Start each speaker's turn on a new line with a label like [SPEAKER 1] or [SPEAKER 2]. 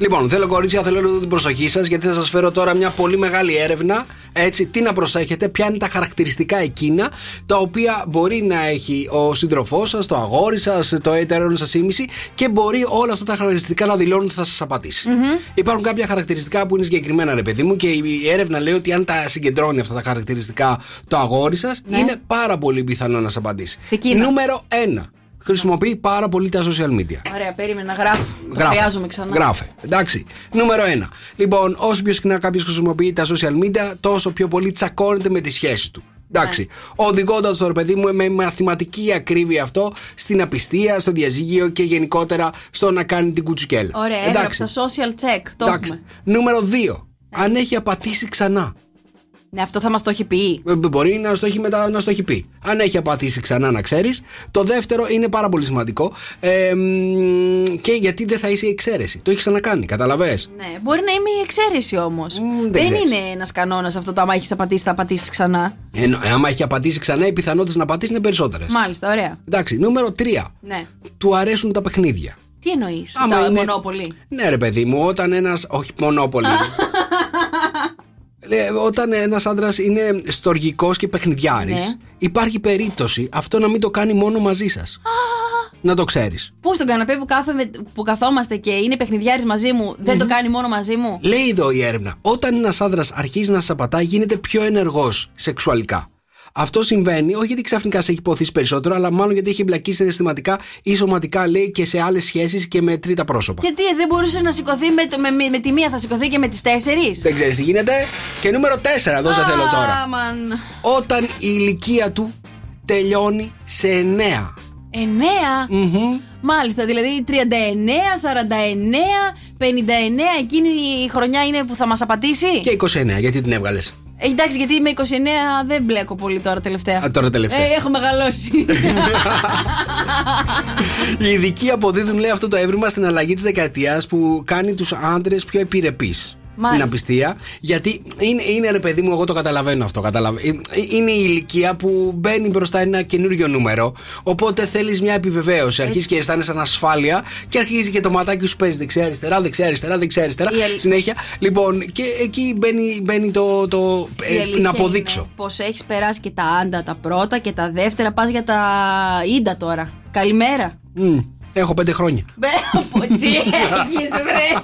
[SPEAKER 1] Λοιπόν, θέλω κορίτσια, θέλω λίγο την προσοχή σας γιατί θα σας φέρω τώρα μια πολύ μεγάλη έρευνα. Έτσι, τι να προσέχετε, ποια είναι τα χαρακτηριστικά εκείνα τα οποία μπορεί να έχει ο σύντροφός σας, το αγόρι σας, το έτερο σα ήμιση και μπορεί όλα αυτά τα χαρακτηριστικά να δηλώνουν ότι θα σας απατησει Υπάρχουν κάποια χαρακτηριστικά που είναι συγκεκριμένα, ρε παιδί μου, και η έρευνα λέει ότι αν τα συγκεντρώνει αυτά τα χαρακτηριστικά το αγόρι σας, είναι πάρα πολύ πιθανό να σας απαντήσει.
[SPEAKER 2] Ξεκίνα.
[SPEAKER 1] Νούμερο 1. Χρησιμοποιεί πάρα πολύ τα social media.
[SPEAKER 2] Ωραία, περίμενα, γράφω. Το
[SPEAKER 1] Γράφε.
[SPEAKER 2] χρειάζομαι ξανά.
[SPEAKER 1] Γράφε. Εντάξει. Νούμερο 1. Λοιπόν, όσο πιο συχνά κάποιος χρησιμοποιεί τα social media, τόσο πιο πολύ τσακώνεται με τη σχέση του. Εντάξει.
[SPEAKER 2] Ναι.
[SPEAKER 1] Οδηγώντας το ρε παιδί μου με μαθηματική ακρίβεια αυτό στην απιστία, στο διαζύγιο και γενικότερα στο να κάνει την κουτσουκέλα.
[SPEAKER 2] Ωραία, έγραψα social check. Το έχουμε.
[SPEAKER 1] Νούμερο 2. Αν έχει απατήσει ξανά.
[SPEAKER 2] Ναι, αυτό θα μας το έχει πει.
[SPEAKER 1] Ε, Μπορεί να στο, έχει μετά, να στο έχει πει. Αν έχει απατήσει ξανά, να ξέρεις. Το δεύτερο είναι πάρα πολύ σημαντικό. Ε, μ, και γιατί δεν θα είσαι η εξαίρεση. Το έχεις ξανακάνει, καταλαβέ.
[SPEAKER 2] Ναι, μπορεί να είμαι η εξαίρεση όμως.
[SPEAKER 1] δεν
[SPEAKER 2] δεν
[SPEAKER 1] ξέρεις.
[SPEAKER 2] είναι ένας κανόνας αυτό το άμα έχεις απατήσει, θα απατήσει ξανά.
[SPEAKER 1] Ενώ, άμα έχει απατήσει ξανά, οι πιθανότητες να απατήσει είναι περισσότερες.
[SPEAKER 2] Μάλιστα, ωραία.
[SPEAKER 1] Εντάξει, νούμερο 3.
[SPEAKER 2] Ναι.
[SPEAKER 1] Του αρέσουν τα παιχνίδια.
[SPEAKER 2] Τι εννοείς,
[SPEAKER 1] Άμα
[SPEAKER 2] τα
[SPEAKER 1] είναι-
[SPEAKER 2] μονόπολη.
[SPEAKER 1] Ναι, ρε παιδί μου, όταν ένας. Όχι, μονόπολη. Λέει, όταν ένας άντρας είναι στοργικός και παιχνιδιάρης,
[SPEAKER 2] Ναι.
[SPEAKER 1] υπάρχει περίπτωση αυτό να μην το κάνει μόνο μαζί σας. να το ξέρεις.
[SPEAKER 2] Πού στον καναπέ που, κάθομαι, που καθόμαστε και είναι παιχνιδιάρης μαζί μου, δεν το κάνει μόνο μαζί μου.
[SPEAKER 1] Λέει εδώ η έρευνα, όταν ένας άνδρα αρχίζει να σαπατά, γίνεται πιο ενεργός σεξουαλικά. Αυτό συμβαίνει όχι γιατί ξαφνικά σε έχει υποθεί περισσότερο, αλλά μάλλον γιατί έχει εμπλακεί συναισθηματικά ή σωματικά, λέει, και σε άλλες σχέσεις και με τρίτα πρόσωπα.
[SPEAKER 2] Γιατί ε, δεν μπορούσε να σηκωθεί με, το- με, με, με τη μία, θα σηκωθεί και με τις τέσσερις.
[SPEAKER 1] Δεν ξέρεις τι γίνεται. Και νούμερο 4, εδώ σα θέλω τώρα.
[SPEAKER 2] Άμαν.
[SPEAKER 1] Όταν η ηλικία του τελειώνει σε 9.
[SPEAKER 2] Ε, Εννέα.
[SPEAKER 1] Μμμ.
[SPEAKER 2] Μάλιστα, δηλαδή 39, 49, 59, εκείνη η χρονιά είναι που θα μας απατήσει.
[SPEAKER 1] Και 29, γιατί την έβγαλες.
[SPEAKER 2] Ε, εντάξει, γιατί με 29 δεν μπλέκω πολύ τώρα τελευταία.
[SPEAKER 1] Α, τώρα τελευταία.
[SPEAKER 2] Ε, έχω μεγαλώσει.
[SPEAKER 1] Οι ειδικοί αποδίδουν, λέει, αυτό το έβριμα στην αλλαγή της δεκαετίας που κάνει τους άντρες πιο επιρρεπείς. Στην
[SPEAKER 2] Μάλιστα.
[SPEAKER 1] απιστία. Γιατί είναι, είναι, ρε παιδί μου, εγώ το καταλαβαίνω αυτό. καταλαβα- ε, Είναι η ηλικία που μπαίνει μπροστά ένα καινούριο νούμερο. Οπότε θέλεις μια επιβεβαίωση. Αρχίζεις και αισθάνεσαι ανασφάλεια και αρχίζει και το ματάκι σου παίζει δεξιά-αριστερά, δεξιά-αριστερά, δεξιά-αριστερά.
[SPEAKER 2] Η αλη-
[SPEAKER 1] Συνέχεια. Λοιπόν, και εκεί μπαίνει, μπαίνει το. το ε, να αποδείξω.
[SPEAKER 2] Πως έχεις περάσει και τα άντα τα πρώτα και τα δεύτερα. Πας για τα ίντα τώρα. Καλημέρα.
[SPEAKER 1] Μμ, έχω πέντε χρόνια.
[SPEAKER 2] Μπε, πω, τι έχεις βρε.